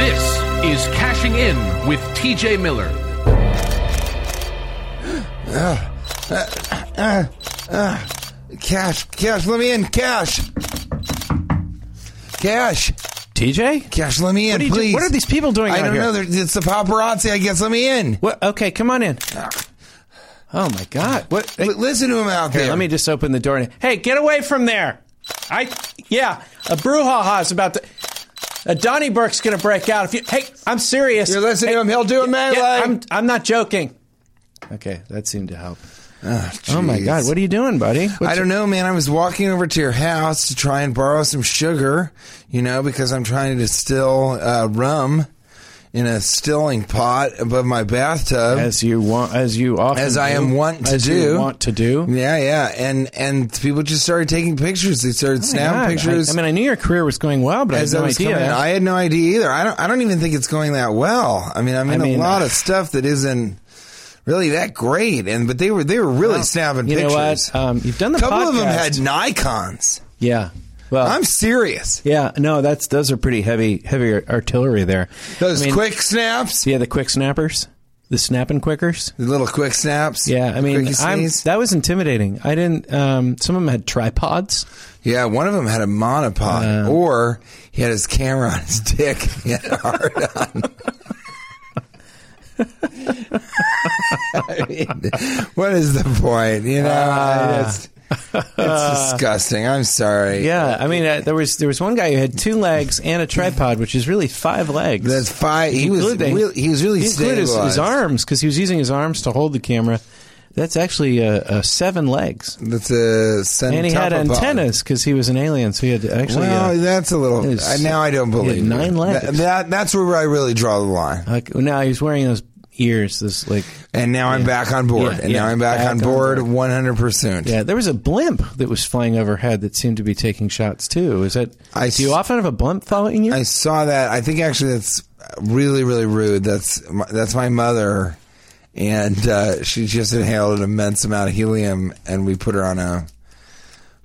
This is Cashing In with TJ Miller. Cash, cash, let me in, cash. Cash, TJ? cash, let me in, What are, you do- please. what are these people doing I out don't here? know. They're- It's the paparazzi. I guess let me in. What? Okay, come on in. Oh my God! What? hey, L- listen to him out here, there. let me just open the door. And, hey, get away from there! I yeah, a brouhaha is about to. A Donnie Burke's going to break out. If you hey, I'm serious. You're listening Hey, to him. He'll do it, man. yeah, like- I'm I'm not joking. Okay, that seemed to help. Ah, Oh my jeez. God! What are you doing, buddy? I don't know, man. I was walking over to your house to try and borrow some sugar, you know, because I'm trying to distill uh, rum in a stilling pot above my bathtub. as you want, as you often, As I am do, wont to as you do. want to do. yeah, yeah, and and people just started taking pictures. They started Oh My God, snapping I- pictures. I, mean, I knew your career was going well, but as I I had no was idea. coming in, I had no idea either. I don't. I don't even think it's going that well. I mean, I'm in mean, a uh, lot of stuff that isn't really that great. And but they were they were really snapping you know pictures. what? Um, you've done the a couple of them podcast. Uh, had Nikon's. yeah. Well, I'm serious. Yeah, no, that's those are pretty heavy, heavy ar- artillery there. Those I mean, quick snaps, yeah, the quick snappers, the snapping quickers. the little quick snaps. Yeah, I mean, Quickie I'm, sneeze. that was intimidating. I didn't. Um, some of them had tripods. yeah. One of them had a monopod, or he had his camera on his dick. He had a hard on. I mean, what is the point? You know, Ah, I just- It's disgusting. I'm sorry. Yeah, I mean, uh, there was there was one guy who had two legs and a tripod, which is really five legs. That's five. He was Including- really, he was really he included his, his stabilized. arms because he was using his arms to hold the camera. That's actually uh, uh, seven legs, That's uh, a and he had centopod. antennas because he was an alien, so he had to actually. Well, uh, that's a little. It was- I- now I don't he had believe it. nine legs. That, that- that's where I really draw the line. Like now he's wearing those ears, this like And now I'm back on board. Yeah, and yeah. now I'm back, Back on on board 100. percent yeah. There was a blimp that was flying overhead that seemed to be taking shots too. Is that I do you s- often have a blimp following you? I saw that. I think actually that's really really rude. That's my, that's my mother, and uh, she just inhaled an immense amount of helium, and we put her on a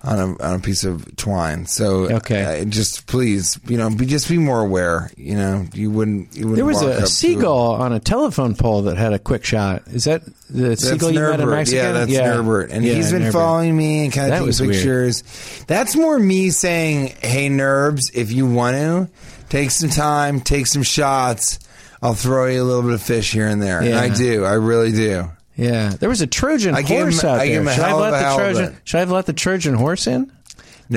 on a on a piece of twine. So Okay. uh, just please, you know, be just be more aware. You know, you wouldn't you wouldn't. there was walk up a, to- seagull on a telephone pole that had a quick shot. Is that the That's seagull you met in Norbert. Mexico? Yeah, that's Norbert. And Yeah, he's been Norbert. following me and kind That of was taking weird. pictures. That's more me saying, hey, Nerbs, if you want to, take some time, take some shots. I'll throw you a little bit of fish here and there. And Yeah. I do. I really do. Yeah, there was a Trojan I gave him- horse out I gave there. him a should I have hell of let a the halibut. Trojan? Should I have let the Trojan horse in? No,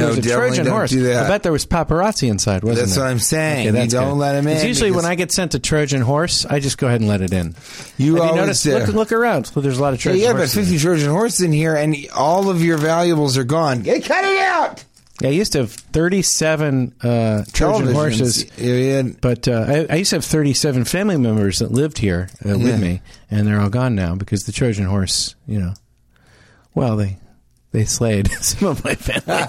there was a definitely Trojan don't horse. do that. I bet there was paparazzi inside. Wasn't That's there? what I'm saying. Okay, that's You don't good. let him in It's usually when because- I get sent to Trojan horse, I just go ahead and let it in. You Have you always noticed? do. Look, look around. Well, there's a lot of Yeah, Trojan you have about horses. 50 Trojan horses in here, and all of your valuables are gone. Hey, cut it out! Yeah, I used to have 37 uh, Trojan Televisions. horses, You had- but uh, I, I used to have 37 family members that lived here uh, Yeah. with me, and they're all gone now because the Trojan horse, you know, well, they they slayed some of my family.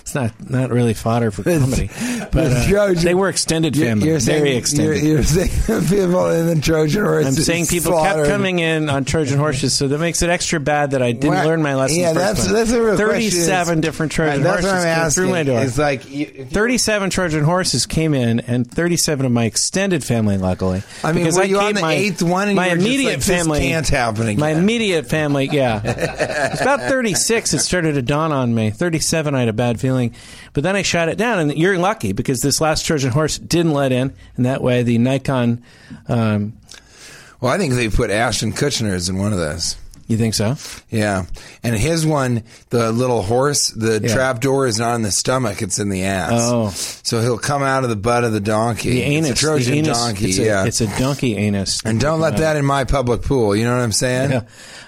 it's not not really fodder for comedy, but the uh, Trojan- they were extended family, You're saying- very extended. You're, you're saying people in the Trojan horses. I'm saying people slaughtered. kept coming in on Trojan horses, so that makes it extra bad that I didn't Well, learn my lesson. Yeah, the first that's time. that's a real question. 37 is- different Trojan Right, that's horses what I'm came asking. through my door. It's like you, if you- 37 Trojan horses came in, and 37 of my extended family, luckily. I mean, because were I you on keep the my, eighth one and my you were just immediate like, this family can't happen again? My immediate family, yeah. it's about 36. It started to dawn on me. 37, I had a bad feeling, but then I shot it down. And you're lucky because this last Trojan horse didn't let in, and that way the Nikon. Um, well, I think they put Ashton Kutcher's in one of those. you think so? Yeah, and his one, the little horse, the Yeah. trap door is not in the stomach; it's in the ass. Oh. so he'll come out of the butt of the donkey. The anus, it's a Trojan the anus, donkey. It's a, yeah, it's a donkey anus. and don't let that in my public pool. You know what I'm saying? Yeah.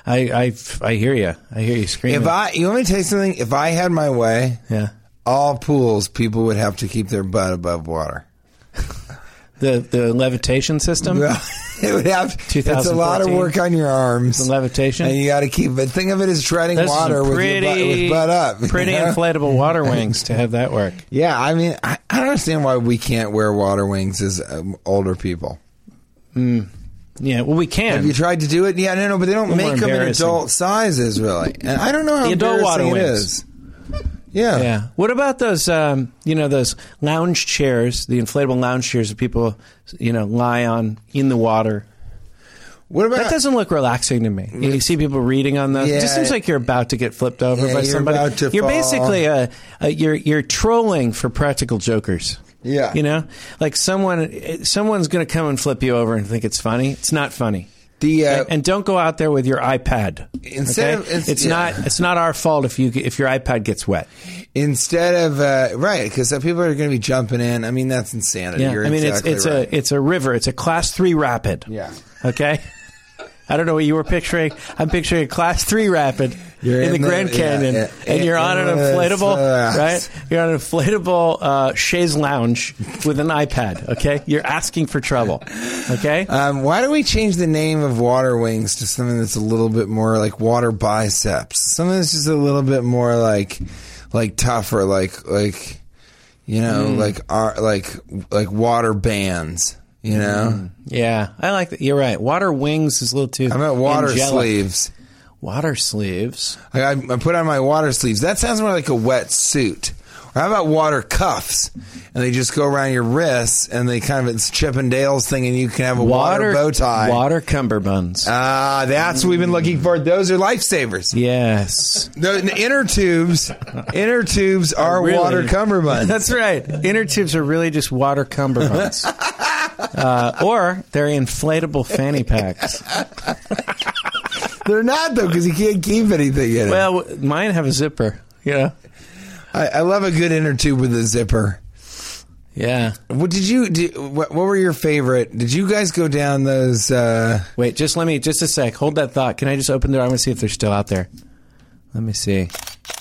I, I, I hear you. I hear you screaming. If I, you want me to tell you something? If I had my way, yeah. all pools, people would have to keep their butt above water. the the levitation system. Well, it would have. It's a lot of 2014. work on your arms. The levitation. And you got to keep. But think of it as treading That's water some with your butt, with butt up. you Pretty know? inflatable water wings to have that work. Yeah, I mean, I, I don't understand why we can't wear water wings as um, older people. Yeah, well, we can. Have you tried to do it? Yeah, no, no, but they don't Little more make them in embarrassing. adult sizes, really. And I don't know how The adult water embarrassing it wings. is. Yeah. yeah. What about those? Um, you know, those lounge chairs, the inflatable lounge chairs that people, you know, lie on in the water. What about That doesn't look relaxing to me. You, you see people reading on those. it just Yeah. seems like you're about to get flipped over Yeah, by you're somebody. about to you're fall. basically a, a you're you're trolling for practical jokers. Yeah. You know, like someone someone's going to come and flip you over and think it's funny. It's not funny. the? Uh, And- and don't go out there with your iPad. Instead of- okay? it's- it's yeah. not it's not our fault if you get- if your iPad gets wet. instead of uh, right, because people are going to be jumping in. I mean, that's insanity. Yeah, You're I mean exactly it's it's right. a it's a river. It's a class three rapid. Yeah. Okay. I don't know what you were picturing. I'm picturing a class three rapid You're in, the in the- Grand yeah, Canyon, yeah. and you're on an Yeah, it's, inflatable, uh, right? You're on an inflatable uh, chaise lounge with an iPad. Okay, you're asking for trouble. Okay, Um, why don't we change the name of water wings to something that's a little bit more like water biceps? Something that's just a little bit more like, like tougher, like like, you know, Mm. like ar- like like water bands. You know, Mm. yeah, I like that. You're right. Water wings is a little too. I'm at water angelic. sleeves. Water sleeves. Like I, I put on my water sleeves. That sounds more like a wetsuit. Or how about water cuffs? And they just go around your wrists, and they kind of it's Chip and Dale's thing, and you can have a water, bow tie. Water cummerbunds. Ah, that's what we've been looking for. Those are lifesavers. yes. The, the inner tubes, inner tubes are Really? water cummerbunds. That's right. Inner tubes are really just water cummerbunds. Uh, or they're inflatable fanny packs. They're not though, because you can't keep anything in it. Well, w- mine have a zipper. You know? I, I love a good inner tube with a zipper. Yeah. What did you? Did, what, what were your favorite? Did you guys go down those? Uh, Wait, just let me, just a sec. Hold that thought. Can I just open the door? I want to see if they're still out there. Let me see.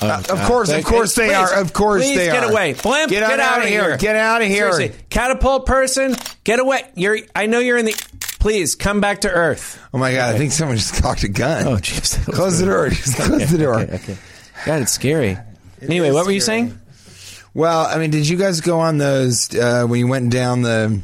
Oh, of God. course, of course they Please, are. Of course please they get are. away. Blimp, Get get, on out outta of here. here. Get outta here. Seriously. Catapult person, get away. You're, I know you're in the, please come back to earth. oh my god! I think someone just cocked a gun. Oh, jeez. That was Close the door. Just close the door. Okay, okay. God, it's scary. anyway, is what were you scary. saying? Well, I mean, did you guys go on those uh, when you went down the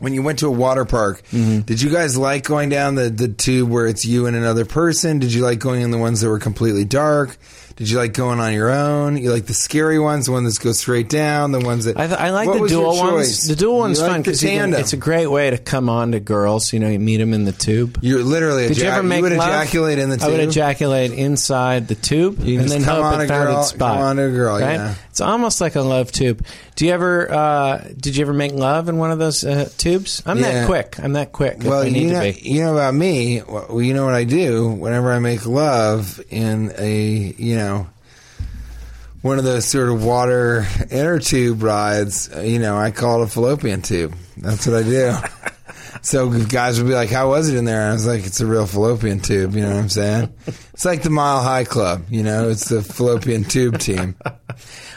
when you went to a water park? Mm-hmm. Did you guys like going down the the tube where it's you and another person? Did you like going in the ones that were completely dark? Did you like going on your own? You like the scary ones, the one that goes straight down, the ones that I, th- I like What the was your dual choice? ones. The dual one's you fun like the because tandem. it's a great way to come on to girls. You know, you meet them in the tube. You're literally Did you ejac- ever make would love? ejaculate in the tube. I would ejaculate inside the tube can and just then come hope on a it found girl- its spot. come on a girl, right? yeah. It's almost like a love tube. Do you ever? Uh, did you ever make love in one of those uh, tubes? I'm Yeah. that quick. I'm that quick. well, if I need you know, to be. you know about me. Well, you know what I do whenever I make love in a you know one of those sort of water inner tube rides. uh, You know, I call it a fallopian tube. That's what I do. so guys would be like, "How was it in there?" And I was like, "It's a real fallopian tube." You know what I'm saying? It's like the Mile High Club. You know, it's the fallopian tube team.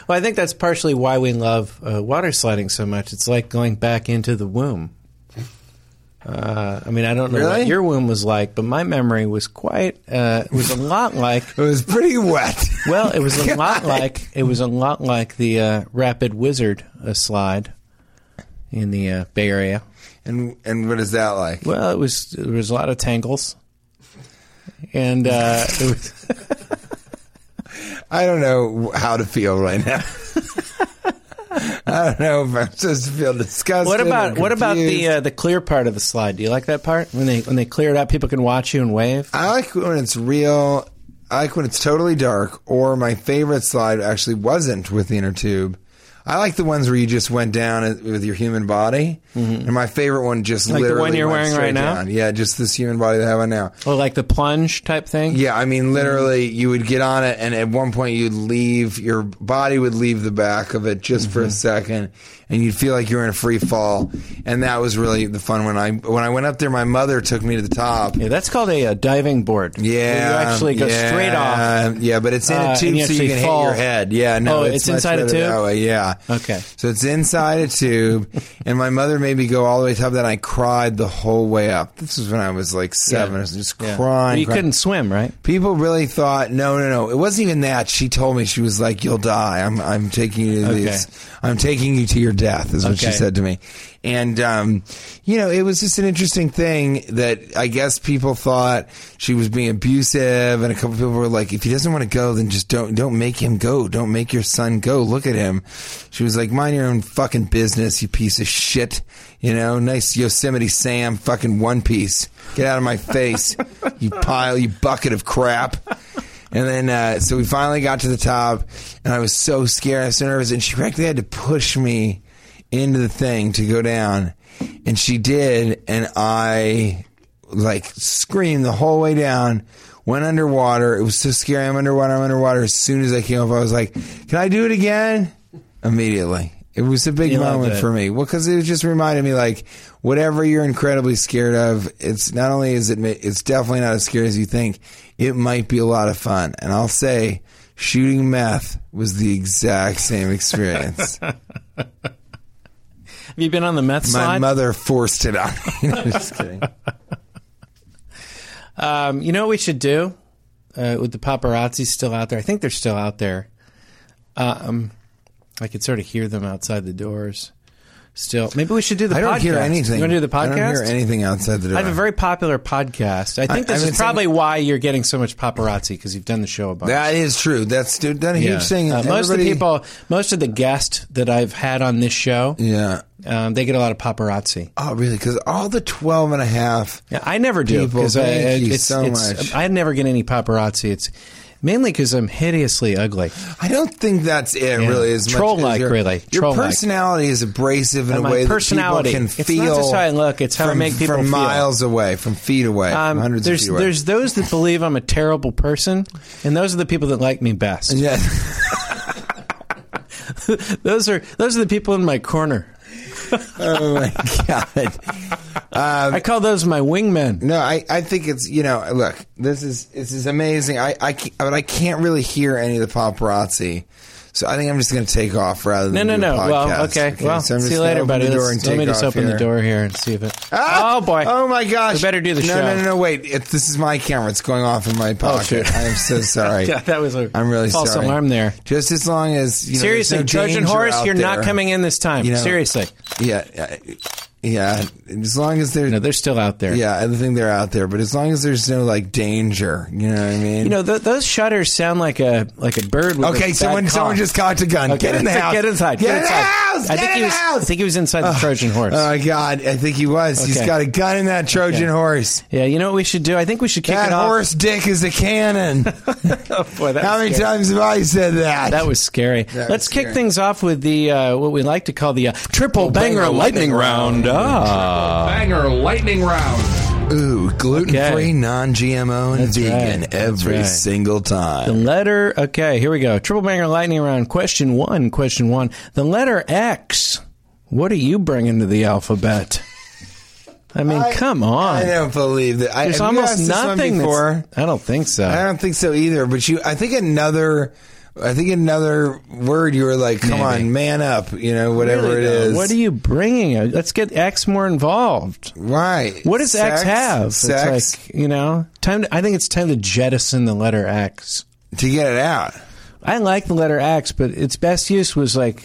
Well, I think that's partially why we love uh, water sliding so much. It's like going back into the womb. Uh, I mean, I don't know Really? what your womb was like, but my memory was quite uh, it was a lot like. It was pretty wet. Well, it was a lot like it was a lot like the uh, Rapid Wizard uh, slide in the uh, Bay Area. and and what is that like? Well, it was there was a lot of tangles, and uh, it was. I don't know how to feel right now. I don't know if I'm supposed to feel disgusted. What about or what about the confused. uh, the clear part of the slide? Do you like that part when they when they clear it out? People can watch you and wave. I like when it's real. I like when it's totally dark. Or my favorite slide actually wasn't with the inner tube. I like the ones where you just went down it- with your human body. And my favorite one just Mm-hmm. Like the literally one you're went wearing straight right now? down. Yeah, just this human body that I have on now. Or Oh, like the plunge type thing? Yeah, I Mm-hmm. mean, literally, you would get on Mm-hmm. it, and at one point, you'd leave your body would leave the back of it just for a second, and you'd feel like you were in a free fall. And that was really the fun when I when I went up there. My mother took me to the top. Yeah, that's called a, uh diving board. Yeah, Where you actually go yeah, straight off. Yeah, but it's in uh, a and tube, you so you actually can fall. hit your head. Yeah, no, Oh, it's, it's much inside a better tube? That way. Yeah. Okay. So it's inside a tube, and my mother made me go all the way to the top. Then I cried the whole way up. This was when I was like seven. Yeah. I was just Yeah. crying. Well, you crying. couldn't swim, right? People really thought, no, no, no. It wasn't even that. She told me she was like, "You'll die. I'm, I'm taking you to Okay. these. I'm taking you to your death." Is what she Okay. said to me. And um, you know, it was just an interesting thing that I guess people thought she was being abusive, and a couple people were like, "If he doesn't want to go, then just don't, don't make him go. Don't make your son go. Look at him." She was like, "Mind your own fucking business, you piece of shit." You know, nice Yosemite Sam, fucking One Piece. Get out of my face, you pile, you bucket of crap. And then, uh, so we finally got to the top, and I was so scared, I was so nervous, and she practically had to push me into the thing to go down. And she did, and I like screamed the whole way down, went underwater. It was so scary. I'm underwater, I'm underwater. As soon as I came up, I was like, Can I do it again? Immediately. It was a big You loved moment it. for me. Well, because it just reminded me, like, whatever you're incredibly scared of, it's not only is it, ma- it's definitely not as scary as you think. It might be a lot of fun. And I'll say, shooting meth was the exact same experience. Have you been on the meth My slide? mother forced it on me. No, just kidding. Um, you know what we should do uh, with the paparazzi still out there? I think they're still out there. Um, I could sort of hear them outside the doors. Still, maybe we should do the. I don't podcast. hear anything. You want to do the podcast? I don't hear anything outside the door. I have a very popular podcast. I think I- this I've been is probably why you're getting so much paparazzi because you've done the show a bunch. that is true. That's dude, that a Yeah. huge thing. Uh, most of the Everybody- people, most of the guests that I've had on this show, Yeah. um, they get a lot of paparazzi. Oh, really? Because all the 12 and a half. Yeah, I never do People, because thank I, you it's, so it's- much. I never get any paparazzi. It's mainly because I'm hideously ugly. I don't think that's it, really. As much as Troll-like, your- really. Your Troll-like. personality is abrasive in And a my way personality. that people It's can not feel. just how I look, it's how I from, make people from feel. miles away, from feet away, Um, from hundreds there's of feet away. there's those that believe I'm a terrible person, and those are the people that like me best. yeah. Those are those are the people in my corner. oh my god. Um, I call those my wingmen. No, I, I think it's you know look this is this is amazing. I I ca- but I can't really hear any of the paparazzi, so I think I'm just going to take off rather No, than no, do a no. podcast. Well, okay. well, so I'm just see you gonna later, open buddy. The door Let's- and let take me just off open here. the door here and see if it. Ah! oh boy! Oh my gosh! We better do the no, show. No, no, no. Wait, it, this is my camera. It's going off in my pocket. shoot. I am so sorry. Yeah, that was a I'm really false sorry. alarm there. Just as long as you know, there's Seriously, no Trojan danger horse, out you're not there. coming in this time. You know- Seriously, Yeah, yeah, yeah. As long as there's no, they're still out there. yeah, I think they're out there. But as long as there's no like danger, you know what I mean? You know th- those shutters sound like a like a bird. With a Okay, bad someone cough. someone just caught a gun. Okay, Get in the house. Get inside. Get, in inside. the house. I Get think in he the was. house. I think he was inside the Trojan horse. Oh my god, I think he was. He's Okay. got a gun in that Trojan Okay. horse. yeah, you know what we should do? I think we should kick That it off. horse dick is a cannon. Oh, boy, that How was many scary. times have I said that? That was scary. was Let's scary. kick things off with the uh, what we like to call the uh, triple banger, banger lightning lightning round. Ah. Banger lightning round. Ooh, gluten free, Okay. non GMO, and That's vegan right. That's every right. single The time. letter. Okay, here we go. Triple banger lightning round. Question one. Question one. The letter X. What are you bringing to the alphabet? I mean, come on. I don't believe that. I, There's have you asked almost this one nothing. that's- before. I don't think so. I don't think so either. But you, I think another. I think another word you were like, come Maybe. on, man up, you know, whatever Really it though. is. What are you bringing? Let's get X more involved. Right. What does Sex? X have? Sex It's like, you know, time. To, I think it's time to jettison the letter X. to get it out. I like the letter X, but its best use was like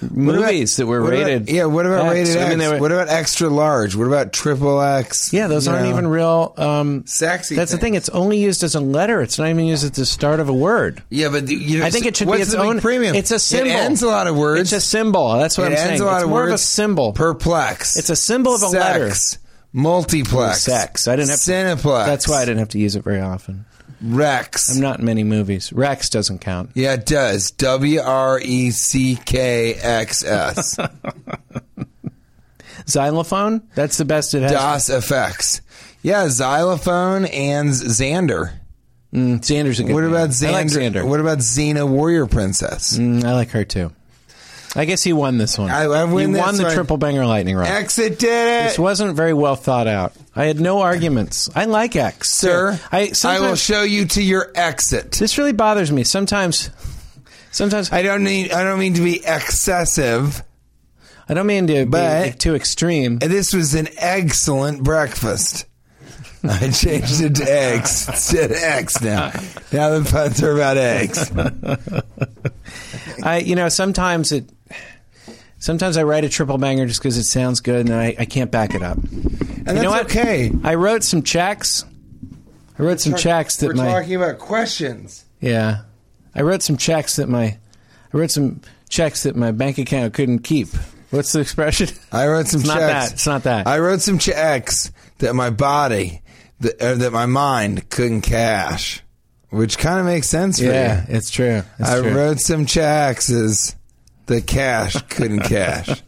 What about- movies that were what about- rated. yeah. What about X. rated I mean, they X? were- what about extra large? What about triple X? yeah, those You aren't know? even real. Um, sexy. that's the thing. things. It's only used as a letter. It's not even used at the start of a word. yeah, but the- you know, I think it should what's be its the big own premium. It's a symbol. It ends a lot of words. It's a symbol. That's what it I'm ends saying. a lot it's of more words. of a symbol. Perplex. It's a symbol of a Sex. letter. Multiplex. sex. I didn't have to- Cineplex. That's why I didn't have to use it very often. Rex. I'm not in many movies. Rex doesn't count. yeah, it does. W R E C K X S. Xylophone? That's the best it has. DOS effects. Yeah, xylophone and Xander. Mm, Xander's a good What name. about Xander? I like Xander. What about Xena Warrior Princess? Mm, I like her too. I guess he won this one. I- I win he this won the one. triple banger lightning round. Exit did This it, wasn't very well thought out. I had no arguments. I like X, sir. I I will sometimes show you to your exit. this really bothers me. Sometimes, sometimes I, I don't need. I don't mean to be excessive. don't mean to But- be too extreme. This was an excellent breakfast. I changed it to eggs. It said eggs now. Now the puns are about eggs. I, you know, sometimes it. Sometimes I write a triple banger just because it sounds good, and I, I can't back it up. And you know that's what? okay. I wrote some checks. I wrote some checks that We're my talking about questions. yeah. I wrote some checks that my I wrote some checks that my bank account couldn't keep. What's the expression? I wrote some It's not checks. that. It's not that. I wrote some checks that my body, that, uh, that my mind couldn't cash, which kind of makes sense for yeah, you. it's true. It's I true. wrote some checks as the cash couldn't cash.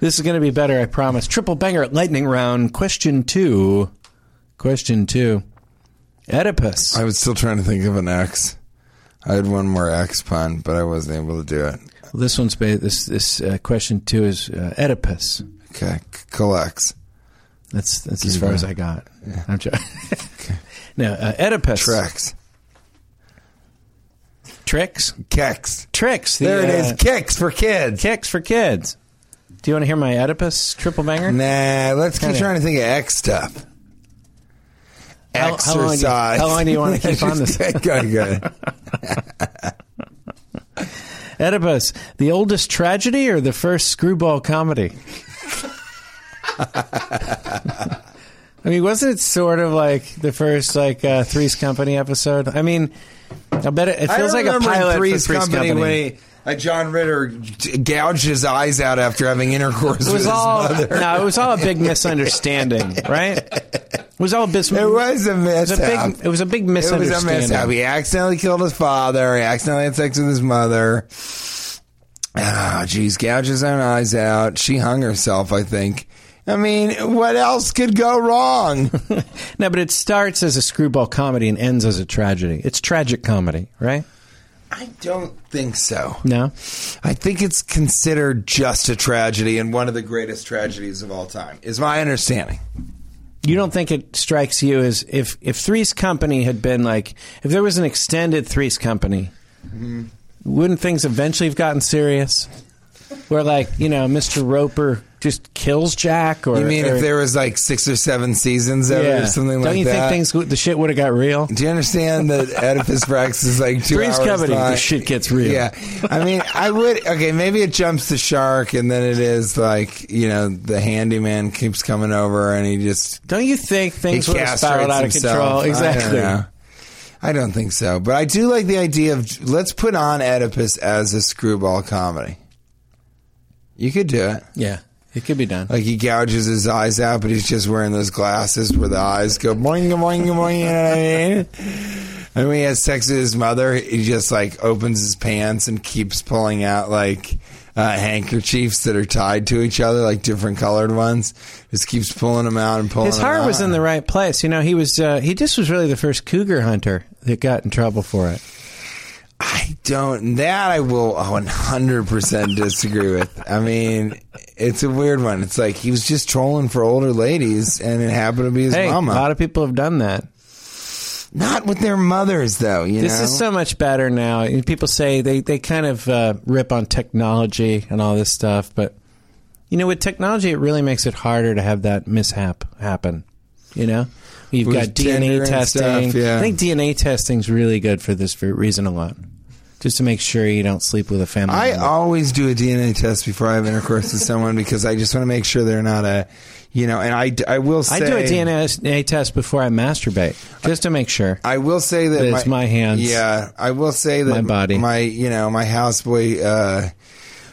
This is going to be better, I promise. Triple banger at lightning round. Question two. Question two. Oedipus. I was still trying to think of an X. I had one more X pun, but I wasn't able to do it. this one's ba- this this uh, question two is uh, Oedipus. Okay, c- collects. That's that's as far as I got. I'm joking. no, uh, Oedipus. Tracks. Tricks. Kicks. Tricks. the, There it is. uh, Kicks for kids. Kicks for kids. Do you want to hear my Oedipus triple banger? Nah, let's keep Kinda. trying to think of X stuff. How- how long do you- Exercise. how long do you wanna keep on this? go, go. Oedipus, the oldest tragedy or the first screwball comedy? I mean, wasn't it sort of like the first like uh, Three's Company episode? I mean, I bet it, it I feels like a remember in pilot Three's for Three's Company. When he, uh, John Ritter g- gouged his eyes out after having intercourse it with was his all mother. no, it was all a big misunderstanding, right? It was all a bis- It was a It was a mishap. big. It was a big It was a misunderstanding. mishap. He accidentally killed his father. He accidentally had sex with his mother. Ah, geez, gouged his own eyes out. She hung herself, I think. I mean, what else could go wrong? No, but it starts as a screwball comedy and ends as a tragedy. It's tragic comedy, right? I don't think so. No. I think it's considered just a tragedy and one of the greatest tragedies of all time, is my understanding. you don't think it strikes you as if if Three's Company had been like if there was an extended Three's Company, Mm-hmm. wouldn't things eventually have gotten serious? Where like you know Mr. Roper just kills Jack, or You mean or- if there was like six or seven seasons of it yeah. or something like don't you that? think things would- the shit would have got real? Do you understand that Oedipus Rex is like two Three's hours Company, long? the shit gets real. Yeah, I mean, I would. Okay, maybe it jumps the shark, and then it is like you know the handyman keeps coming over, and he just Don't you think he things would have spiraled castrates out of himself. control? I don't, Exactly. know. I don't think so, but I do like the idea of let's put on Oedipus as a screwball comedy. You could do it. Yeah, it could be done. Like he gouges his eyes out, but he's just wearing those glasses where the eyes go boing boing boing. You know what I mean? And when he has sex with his mother, he just like opens his pants and keeps pulling out like uh, handkerchiefs that are tied to each other, like different colored ones. Just keeps pulling them out and pulling. His heart them was out. in the right place. You know, he was uh, he just was really the first cougar hunter that got in trouble for it. I don't. That I will 100 percent disagree with. I mean, it's a weird one. It's like he was just trolling for older ladies, and it happened to be his Hey, mama. a lot of people have done that. Not with their mothers, though. You This know? is so much better now. You know, People say they, they kind of uh, rip on technology and all this stuff, but you know, with technology, it really makes it harder to have that mishap happen. You know, you've With got Tinder DNA and testing. stuff, yeah. I think DNA testing's really good for this for reason alone, just to make sure you don't sleep with a family. I member. always do a DNA test before I have intercourse with someone because I just want to make sure they're not a, you know. And I, d- I will say I do a DNA test before I masturbate, just to make sure. I will say that But it's my hands. Yeah, I will say that My body. My you know my houseboy. Uh,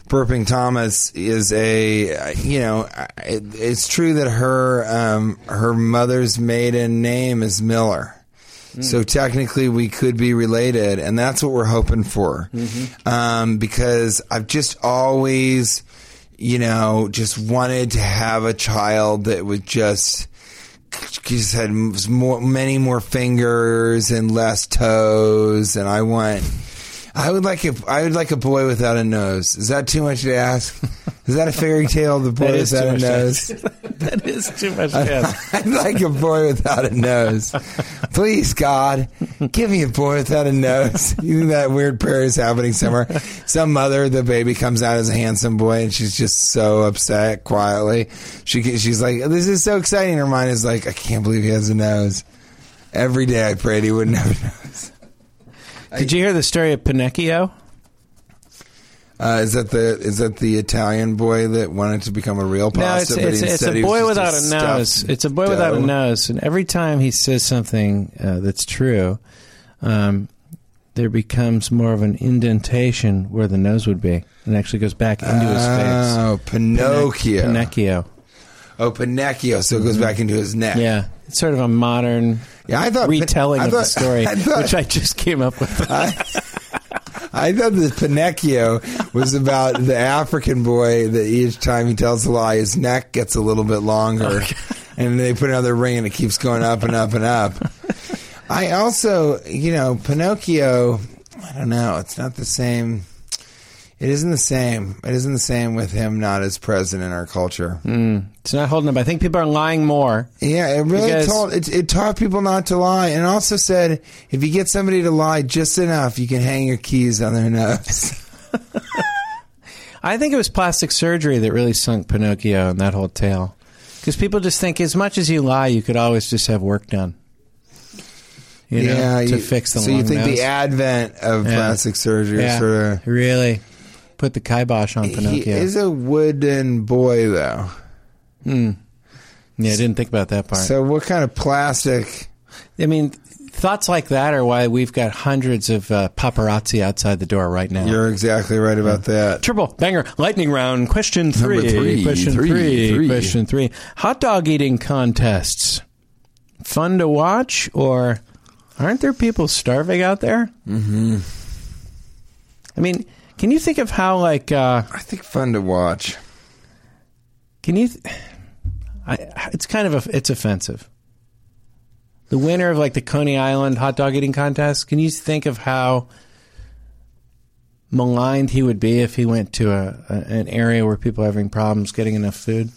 Burping Thomas is a, you know, I- it, it's true that her um, her mother's maiden name is Miller, Mm. so technically we could be related, and that's what we're hoping for, Mm-hmm. um, because I've just always, you know, just wanted to have a child that would just just had m- more, many more fingers and less toes, and I want. I would like a I would like a boy without a nose. Is that too much to ask? Is that a fairy tale? The boy is without a too much to nose. that is too much to ask. I'd like a boy without a nose. Please, God, give me a boy without a nose. You think that weird prayer is happening somewhere? Some mother, the baby comes out as a handsome boy, and she's just so upset quietly. She get- she's like, "This is so exciting." Her mind is like, "I can't believe he has a nose." Every day, I prayed he wouldn't have a nose. Did you hear the story of Pinocchio? Uh, is that the is that the Italian boy that wanted to become a real pasta? No, it's, but it's, it's instead a he was boy just without a stuffed nose. It's a boy without a dough? nose, and every time he says something uh, that's true, um, there becomes more of an indentation where the nose would be, and actually goes back into his face. Oh, Pinocchio. Pinocchio. Oh, Pinocchio. So it goes back into his neck. Mm-hmm. Yeah, it's sort of a modern Yeah, I thought retelling Uh, I of the thought- story, I thought, which I just came up with. I thought the Pinocchio was about the African boy that each time he tells a lie, his neck gets a little bit longer, and they put another ring, and it keeps going up and up and up. I also, you know, Pinocchio. I don't know. It's not the same. It isn't the same. It isn't the same with him not as present in our culture. It's not holding up. I think people are lying more. Yeah, it really Because- told it, it taught people not to lie, and also said if you get somebody to lie just enough, you can hang your keys on their nose. I think it was plastic surgery that really sunk Pinocchio and that whole tale, because people just think as much as you lie, you could always just have work done. You know, yeah, to you- fix the so you long think nose. the advent of Yeah. plastic surgery Yeah. sort of really put the kibosh on he Pinocchio. is a wooden boy though. yeah, I didn't think about that part. So what kind of plastic? I mean, thoughts like that are why we've got hundreds of uh, paparazzi outside the door right now. You're exactly right about that. Triple banger lightning round question three, three, question three, three. question three hot dog eating contests fun to watch or aren't there people starving out there mm-hmm. I mean can you think of how like uh, I think fun to watch. can you th- I, it's kind of a, it's offensive the winner of like the Coney Island hot dog eating contest can you think of how maligned he would be if he went to a, a an area where people are having problems getting enough food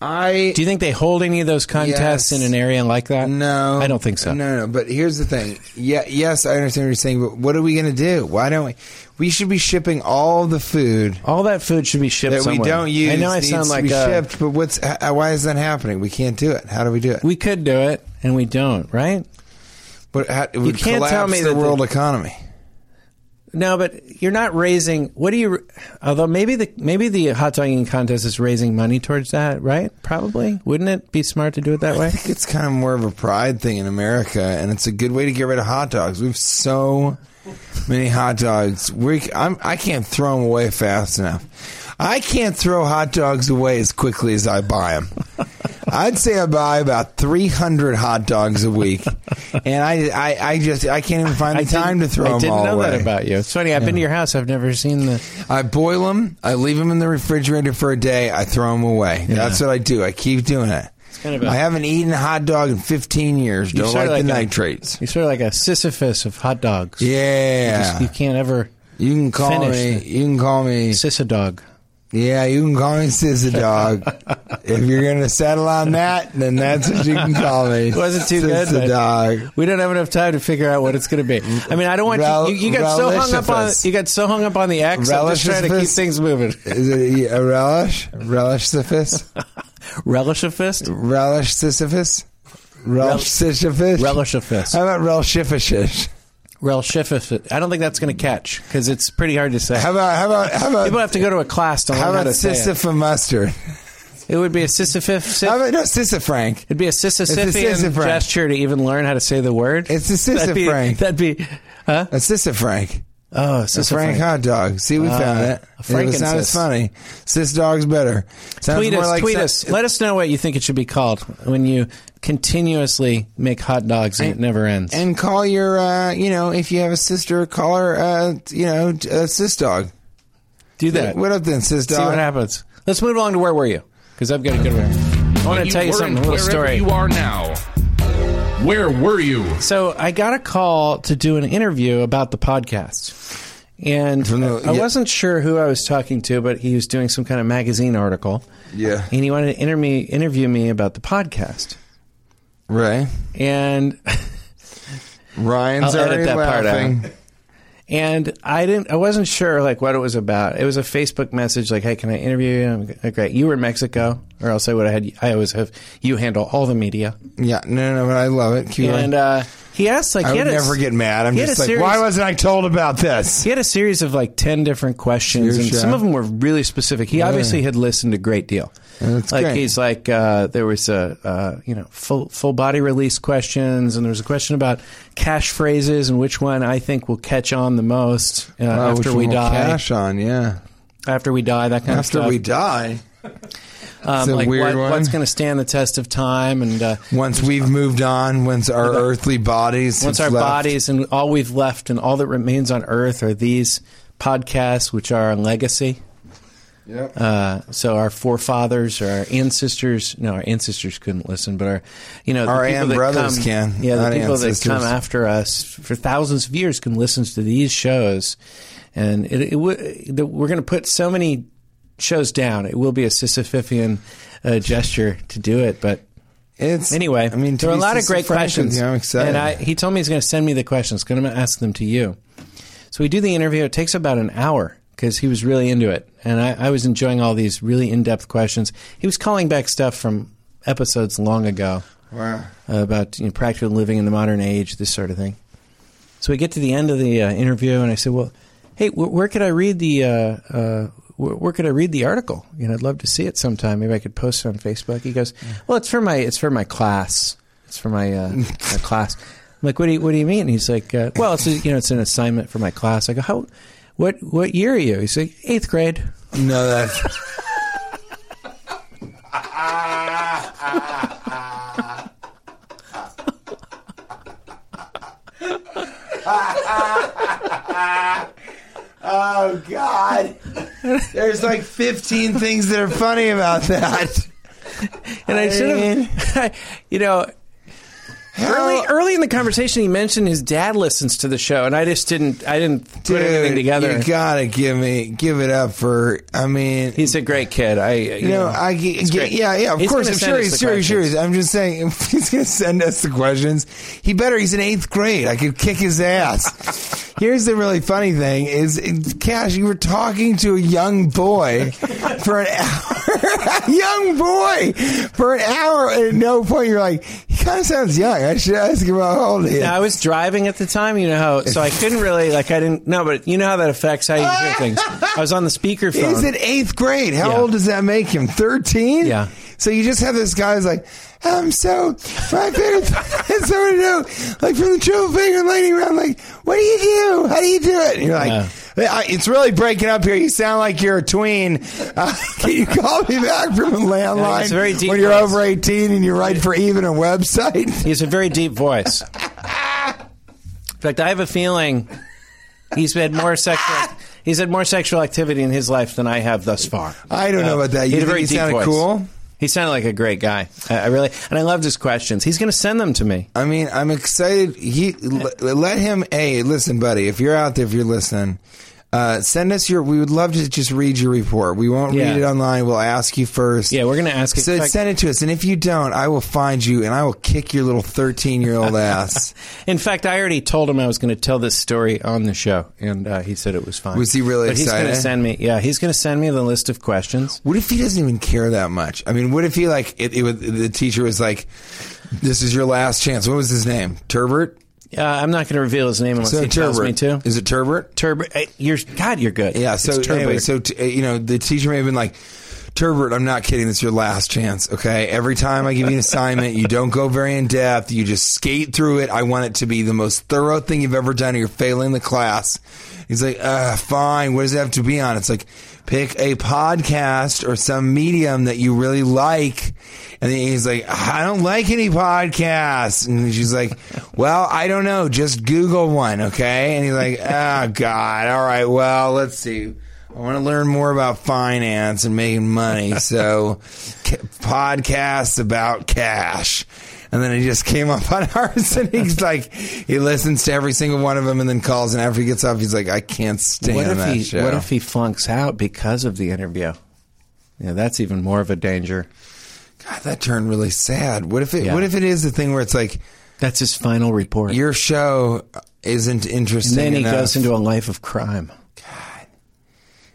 I do you think they hold any of those contests Yes. in an area like that No, I don't think so No, no. But here's the thing. Yeah, yes, I understand what you're saying. But what are we going to do? Why don't we? We should be shipping all the food all that food should be shipped that we somewhere. don't use. I know I needs sound to like be a- shipped. But what's? h- h- Why is that happening? We can't do it. How do we do it? we could do it and we don't right But how, it would can't tell collapse me the that the- world economy. No, but you're not raising. What do you? Although maybe the maybe the hot dog eating contest is raising money towards that, right? Probably. Wouldn't it be smart to do it that I way? think it's kind of more of a pride thing in America, and it's a good way to get rid of hot dogs. We have so many hot dogs. We I'm, I can't throw them away fast enough. I can't throw hot dogs away as quickly as I buy them. I'd say I buy about 300 hot dogs a week, and I, I, I just I can't even find the time to didn't- throw I them didn't all know away. that about you. It's funny. I've been to your house. I've never seen the. I boil them. I leave them in the refrigerator for a day. I throw them away. That's what I do. I keep doing it. kind of a- I haven't eaten a hot dog in 15 years. You're Don't sort like, of the like a- nitrates. You're sort of like a Sisyphus of hot dogs. Yeah, You can't ever you can call me. finish You can call me. sis a dog. Yeah, you can call me sissy dog. if you're gonna settle on that, then that's what you can call me. It wasn't too good, sissy but- dog. We don't have enough time to figure out what it's going to be. I mean, I don't want Rel- you. You, you got so hung up on relishifus. you got so hung up on the X. I'm just trying to keep Relishifus. things moving. Is it a relish? Relish Sisyphus? Relishifist. Relish Sisyphus? Relish Sisyphus? Relishifist. How about relish Sisyphus? Rel Shifif. I don't think that's going to catch because it's pretty hard to say. How about how about how about People have to go to a class to learn How how, about to say it. Sisyphus mustard? It would be a Sisyphif. Sif, How about no Sisyphus Frank? it'd be a Sisyphian Sisyphran. gesture to even learn how to say the word. It's a that'd be, Sisyphrank. that'd be, huh? A Sisyphus Frank. Oh, A Frank Sisyphrank. hot dog. See, we Ah, found it. a It was not Frankensis. as funny. Sis dog's better. Sounds Tweet more us. like tweet si- us. Let us know what you think it should be called when you continuously make hot dogs and, it never ends. And call your, uh, you know, if you have a sister, call her, uh, you know, uh, sis dog. Do that. What up then, sis See what dog? happens. Let's move along to where were you? Because I've got a good one. I want But to tell you weren't something. A little wherever story. You are now. Where were you? So I got a call to do an interview about the podcast. And From the- I yeah. wasn't sure who I was talking to, but he was doing some kind of magazine article. Yeah. And he wanted to inter- me, interview me about the podcast. Right. And Ryan's I'll edit already that part laughing. and I didn't I wasn't sure like what it was about. It was a Facebook message like, "Hey, can I interview you?" And I'm like, "Okay, you were in Mexico, or else I would have had I always have you handle all the media." Yeah. No, no, no, but I love it. Keep going. And uh, he asked like I he would had a- never get mad. I'm he had just a like, series- why wasn't I told about this? He had a series of like 10 different questions, Serious and shot. some of them were really specific. He obviously had listened a great deal. That's like great. he's like, uh, there was a, uh, you know, full, full body release questions, and there was a question about cash phrases and which one I think will catch on the most uh, Oh, which after we one will die. Cash on, yeah. After we die, that kind of After stuff. we die, um, a like weird what- one. what's going to stand the test of time, and uh, once we've moved on, once our earthly bodies, Once our have left- bodies and all we've left and all that remains on earth are these podcasts, which are our legacy. Yep. Uh, so our forefathers or our ancestors, no, our ancestors couldn't listen, but our, you know, the Our people and that brothers come- can, Yeah, the not people ancestors. that come after us for thousands of years can listen to these shows, and it, it, w- the, we're going to put so many shows down. It will be a Sisyphean uh, gesture to do it, but It's Anyway, I mean, to there were a be lot of so great frank with questions. you, I'm excited. And I, he told me he's going to send me the questions. Going to ask them to you. So we do the interview. It takes about an hour because he was really into it, and I, I was enjoying all these really in-depth questions. He was calling back stuff from episodes long ago wow. uh, about you know, practical living in the modern age, this sort of thing. So we get to the end of the uh, interview, and I said, "Well, hey, wh- where could I read the uh, uh, wh- where could I read the article? You know, I'd love to see it sometime. Maybe I could post it on Facebook." He goes, "Well, it's for my it's for my class. It's for my, uh, my class." I'm like, "What do you what do you mean?" And he's like, uh, "Well, it's a, you know, it's an assignment for my class." I go, "How? What what year are you?" He's like, eighth grade." No, that's oh God! There's like 15 things that are funny about that. And I should have, you know, early Uh, early in the conversation, he mentioned his dad listens to the show, and I just didn't I didn't put Dude, anything together. You gotta give me give it up for. I mean, He's a great kid. I you, You know, know, I get, it's get- great. yeah, yeah. Of He's course, gonna I'm send sure us he's the sure, he's sure. questions. he's- I'm just saying, if he's going to send us the questions, he better. He's in eighth grade. I could kick his ass. Here's the really funny thing: is Cash, you were talking to a young boy for an hour, a young boy for an hour, and at no point you're like, he kind of sounds young. I should ask him how old he is. Now, I was driving at the time, you know, how, so I couldn't really like I didn't no, but you know how that affects how you hear things. I was on the speakerphone. He's in eighth grade. How Yeah. old does that make him? Thirteen. Yeah. So you just have this guy who's like, um, so my favorite thing is someone to know, like from the Triple Finger Lightning Round, like, what do you do? How do you do it? And you're like, "I- it's really breaking up here. You sound like you're a tween. Uh, can you call me back from a landline it's very deep when you're voice. over 18 and you write for even a website? He has a very deep voice. In fact, I have a feeling he's had more sexual. He's had more sexual activity in his life than I have thus far. I don't know about that. Uh, he You had a think very he deep sounded voice. cool? He sounded like a great guy. I, I really and I loved his questions. He's going to send them to me. I mean, I'm excited. He l- let him. Hey, listen, buddy. If you're out there, if you're listening, uh, send us your. We would love to just read your report. We won't Yeah. read it online. We'll ask you first. Yeah, we're going to ask. So in fact- send it to us, and if you don't, I will find you and I will kick your little 13 year old ass. In fact, I already told him I was going to tell this story on the show, and uh, he said it was fine. Was he really but He's going excited? to send me. Yeah, he's going to send me the list of questions. What if he doesn't even care that much? I mean, what if he like it, it was, the teacher was like, "This is your last chance." What was his name? Turbert. Uh, I'm not going to reveal his name unless he tells me to. Is it Turbert? Turbot, uh, you're God. You're good. Yeah. It's So Turbot. anyway, so t- uh, you know, the teacher may have been like, "Turbert, I'm not kidding. This is your last chance. Okay. Every time I give you an assignment, you don't go very in depth. You just skate through it. I want it to be the most thorough thing you've ever done, or you're failing the class." He's like, uh, "Fine. What does it have to be on?" It's like, pick a podcast or some medium that you really like. And then he's like, I don't like any podcasts. And she's like, Well, I don't know. Just Google one, okay? And he's like, Oh, God. All right. Well, let's see. I want to learn more about finance and making money. So, c- podcasts about cash. And then he just came up on ours, and he's like, he listens to every single one of them, and then calls. And after he gets up, he's like, I can't stand what if that he show. What if he funks out because of the interview? Yeah, that's even more of a danger. God, that turned really sad. What if it? Yeah. What if it is the thing where it's like That's his final report. your show isn't and interesting, then he enough, goes into a life of crime.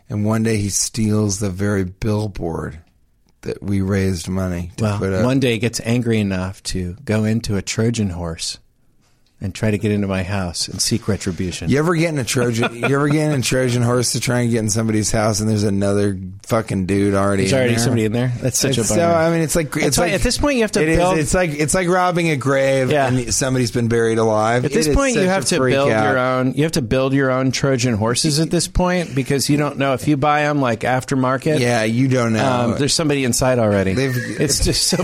and one day he steals the very billboard that we raised money to Well, put up. one day he gets angry enough to go into a Trojan horse and try to get into my house and seek retribution. You ever get in a Trojan? you ever get in a Trojan horse to try and get in somebody's house, and there's another fucking dude already. There's in already there? somebody in there. That's such It's a so. bummer. I mean, it's like it's That's why like at this point you have to it is- build- it's like it's like robbing a grave, Yeah. and somebody's been buried alive. At this point, you have to build your own. You have to build your own Trojan horses at this point because you don't know if you buy them like aftermarket. Yeah, you don't know. um, there's somebody inside already. They've- It's just so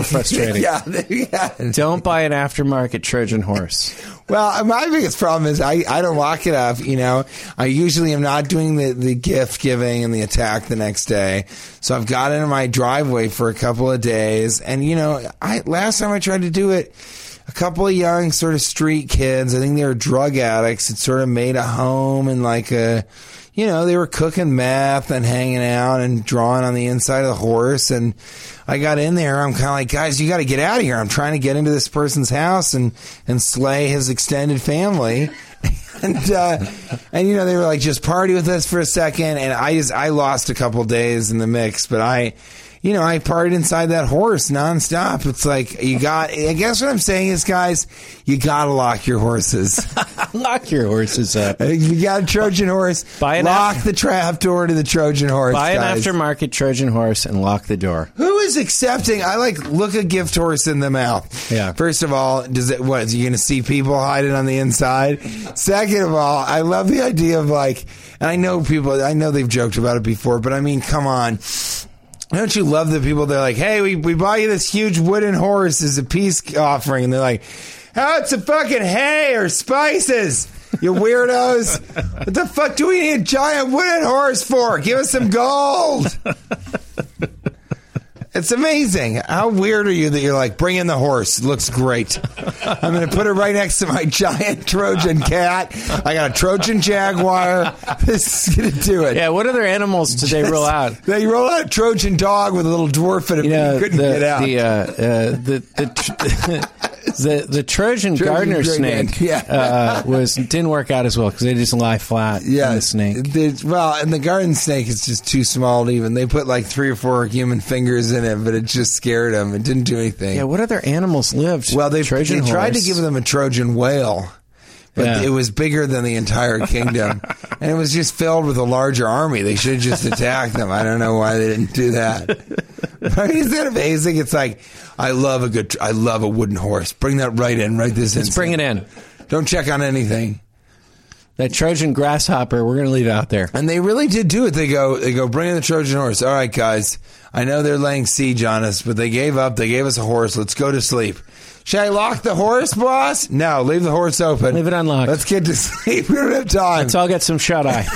frustrating. yeah, yeah. Don't buy an aftermarket Trojan horse. Well, my biggest problem is I, I don't lock it up. You know, I usually am not doing the, the gift giving and the attack the next day. So I've got it in my driveway for a couple of days. And, you know, I last time I tried to do it, a couple of young sort of street kids, I think they were drug addicts, had sort of made a home and like a, you know, they were cooking meth and hanging out and drawing on the inside of the horse. And I got in there. I'm kind of like, guys, you got to get out of here. I'm trying to get into this person's house and, and slay his extended family. And, uh, and you know, they were like, just party with us for a second. And I just, I lost a couple days in the mix, but I, you know, I partied inside that horse nonstop. It's like, you got, I guess what I'm saying is, guys, you got to lock your horses. Lock your horses up. You got a Trojan horse. Buy an Lock the trap door to the Trojan horse. Buy an guys. aftermarket Trojan horse and lock the door. Who is accepting? I like look a gift horse in the mouth. Yeah. First of all, does it? What is you going to see people hiding on the inside? Second of all, I love the idea of like, and I know people. I know they've joked about it before, but I mean, come on. Don't you love the people? They're like, "Hey, we, we buy you this huge wooden horse as a peace offering," and they're like, "How it's a fucking hay or spices." You weirdos! what the fuck do we need a giant wooden horse for? Give us some gold. It's amazing. How weird are you that you're like, bring in the horse. Looks great. I'm going to put it right next to my giant Trojan cat. I got a Trojan jaguar. This is going to do it. Yeah, what other animals did they roll out? They roll out a Trojan dog with a little dwarf in it. You know, couldn't the, get out. The, uh, uh, the, the, tr- the, the Trojan, gardener great snake ant, yeah. uh, was didn't work out as well because they just lie flat yeah, in the snake. the- well, and the garden snake is just too small to even. They put like three or four human fingers in it, but it just scared them. It didn't do anything. Yeah, what other animals lived? Well, they, Trojan they tried to horse. give them a Trojan whale, but Yeah. it was bigger than the entire kingdom, and it was just filled with a larger army. They should have just attacked them. I don't know why they didn't do that. I mean, isn't that amazing? It's like I love a good, I love a wooden horse. Bring that right in, right this Let's bring it in. Don't check on anything. That Trojan grasshopper, we're going to leave out there. And they really did do it. They go, they go, bring in the Trojan horse. All right, guys. I know they're laying siege on us, but they gave up. They gave us a horse. Let's go to sleep. Should I lock the horse, boss? No, leave the horse open. Leave it unlocked. Let's get to sleep. We don't have time. Let's all get some shut eye.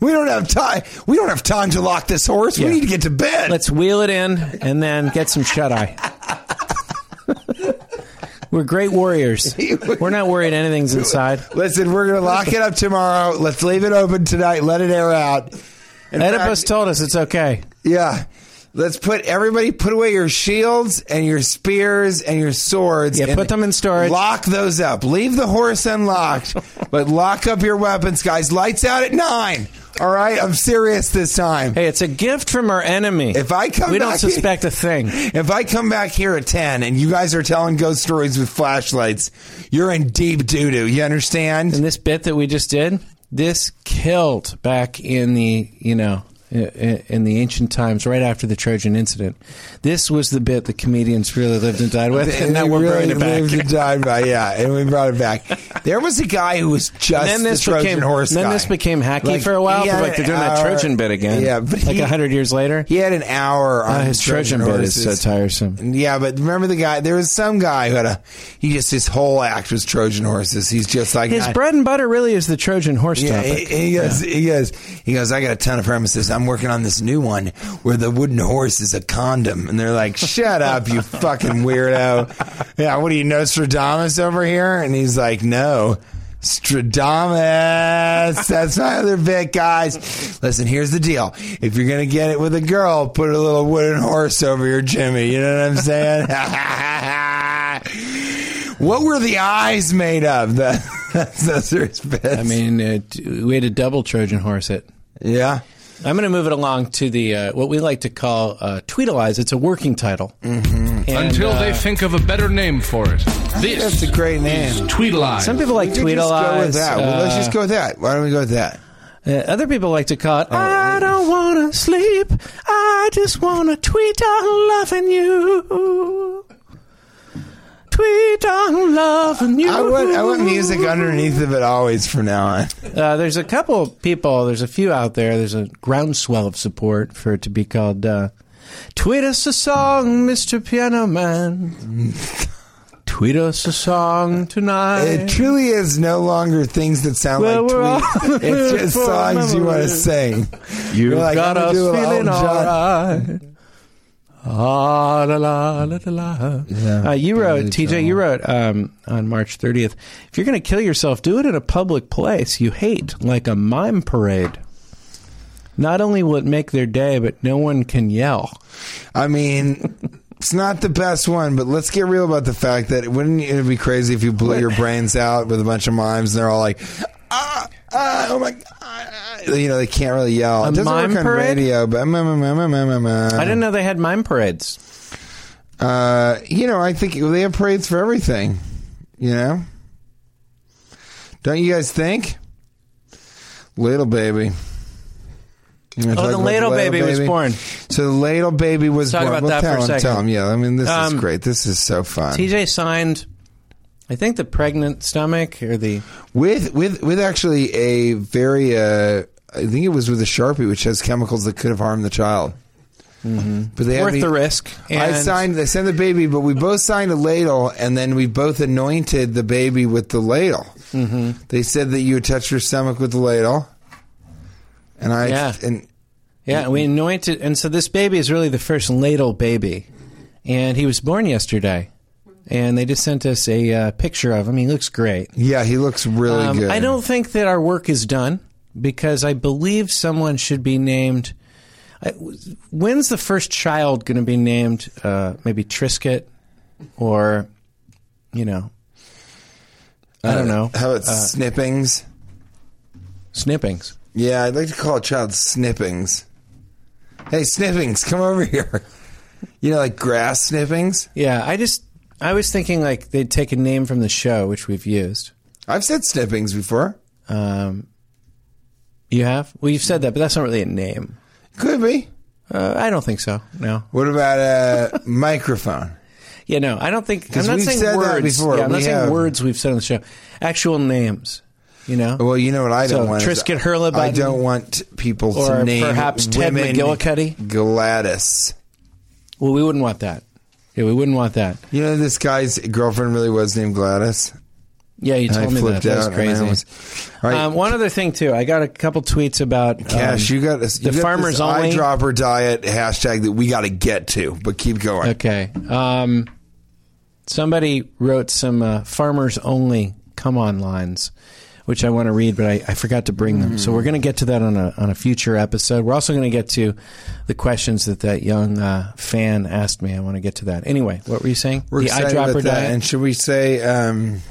we don't have time. We don't have time to lock this horse. Yeah. We need to get to bed. Let's wheel it in and then get some shut eye. we're great warriors. We're not worried anything's inside. Listen, we're going to lock it up tomorrow. Let's leave it open tonight. Let it air out. In Oedipus fact- told us it's okay. Yeah. Let's put everybody put away your shields and your spears and your swords. Yeah, and put them in storage. Lock those up. Leave the horse unlocked, but lock up your weapons, guys. Lights out at nine. All right, I'm serious this time. Hey, it's a gift from our enemy. If I come we don't back- suspect a thing. If I come back here at ten and you guys are telling ghost stories with flashlights, you're in deep doo doo. You understand? And this bit that we just did, this killed back in the you know i- i- in the ancient times, right after the Trojan incident. This was the bit the comedians really lived and died with, and now we we're really bringing it back. lived and died by yeah, and we brought it back. There was a guy who was just then this the Trojan became- horse. then guy. this became hacky for a while, but had like they're an doing that hour- Trojan bit again. Yeah, but like he- a hundred years later, He had an hour on Ah, his Trojan, bit is so horses. tiresome. Yeah, but remember the guy? There was some guy who had a. He just his whole act was Trojan horses. He's just like His I- bread and butter really is the Trojan horse Yeah, topic. he, he goes. He goes. He goes. I got a ton of premises. I'm I'm working on this new one where the wooden horse is a condom. And they're like, shut up, you fucking weirdo. Yeah, what do you know, Stradamus over here? And he's like, no. Stradamus. That's my other bit, guys. Listen, here's the deal. If you're going to get it with a girl, put a little wooden horse over your Jimmy. You know what I'm saying? what were the eyes made of? That, that's the serious bits. I mean, uh, t- we had to double Trojan horse it. yeah. I'm going to move it along to the uh, what we like to call uh, Tweedleize. It's a working title. Mm-hmm. Until they think of a better name for it. This That's a great name. is Tweedleize. some people We like could just go Tweedleize. with that. well, let's uh, just go with that. Why don't we go with that? Uh, other people like to call it, Oh. I don't want to sleep. I just want to tweet on loving you. Tweet on loving you. I want, I want music underneath of it always from now on. Uh, there's a couple people, there's a few out there. There's a groundswell of support for it to be called uh, Tweet Us a Song, Mr. Piano Man. Tweet us a song tonight. It truly is no longer things that sound Well, we're all like tweets. It's just full of songs you want to memories. sing. You You're like, got I'm us gonna do a feeling Elton John. alright. Ah, la, la, la, la, la. Yeah, uh, you wrote, really TJ, you wrote um, on March 30th if you're going to kill yourself, do it in a public place you hate, like a mime parade. Not only will it make their day, but no one can yell. I mean, it's not the best one, but let's get real about the fact that wouldn't it be crazy if you blew your brains out with a bunch of mimes and they're all like, ah, ah, oh my god. ah." You know, they can't really yell. A it doesn't mime work on parade? radio, but mm, mm, mm, mm, mm, mm. I didn't know they had mime parades. Uh, you know, I think they have parades for everything. You know, don't you guys think? Ladle baby. You wanna Oh, talk the about ladle baby was born. So the ladle baby was Talk born. about well, that tell for a him, second. tell him. Yeah, I mean, this is Um, great. This is so fun. TJ signed, I think, the pregnant stomach or the. with with with actually a very, uh, I think it was with a sharpie, which has chemicals that could have harmed the child. But they had Mm-hmm. Worth me- the risk. I And- signed. They sent the baby, but we both signed a ladle, and then we both anointed the baby with the ladle. Mm-hmm. They said that you would touch your stomach with the ladle, and I Yeah. and Yeah, we Mm-hmm. anointed, and so this baby is really the first ladle baby, and he was born yesterday, and they just sent us a uh, picture of him. He looks great. yeah, he looks really Um, good. I don't think that our work is done because I believe someone should be named. I, when's the first child going to be named? Uh, maybe Trisket, or you know, I don't know. Uh, How about snippings? Snippings. Yeah, I'd like to call a child snippings. Hey, snippings, come over here. You know, like grass snippings. Yeah, I just I was thinking like they'd take a name from the show, which we've used. I've said snippings before. Um, you have? Well, you've said that, but that's not really a name. Could be. Uh, I don't think so. No. What about a microphone? Yeah, no. I don't think. I'm 'Cause not we've saying said that words. before. Yeah, I'm not We saying have. words we've said on the show. Actual names. You know. Well, you know what I don't So, want. is- Trisket Hurlebutton. I don't want people Or to name perhaps Ted women McGillicuddy. Gladys. Well, we wouldn't want that. Yeah, we wouldn't want that. You know this guy's girlfriend really was named Gladys. Yeah, you And told I me that. flipped That was out. and I crazy. was- all right, um, one other thing too. I got a couple tweets about um, Cash, you got this. You the got farmers this only. eyedropper diet hashtag that we got to get to, but keep going. Okay. Um, somebody wrote some uh, farmers only come on lines, which I want to read, but I, I forgot to bring them. So we're going to get to that on a, on a future episode. We're also going to get to the questions that that young uh, fan asked me. I want to get to that. Anyway, what were you saying? We're the excited about eyedropper that. diet? And should we say? Um,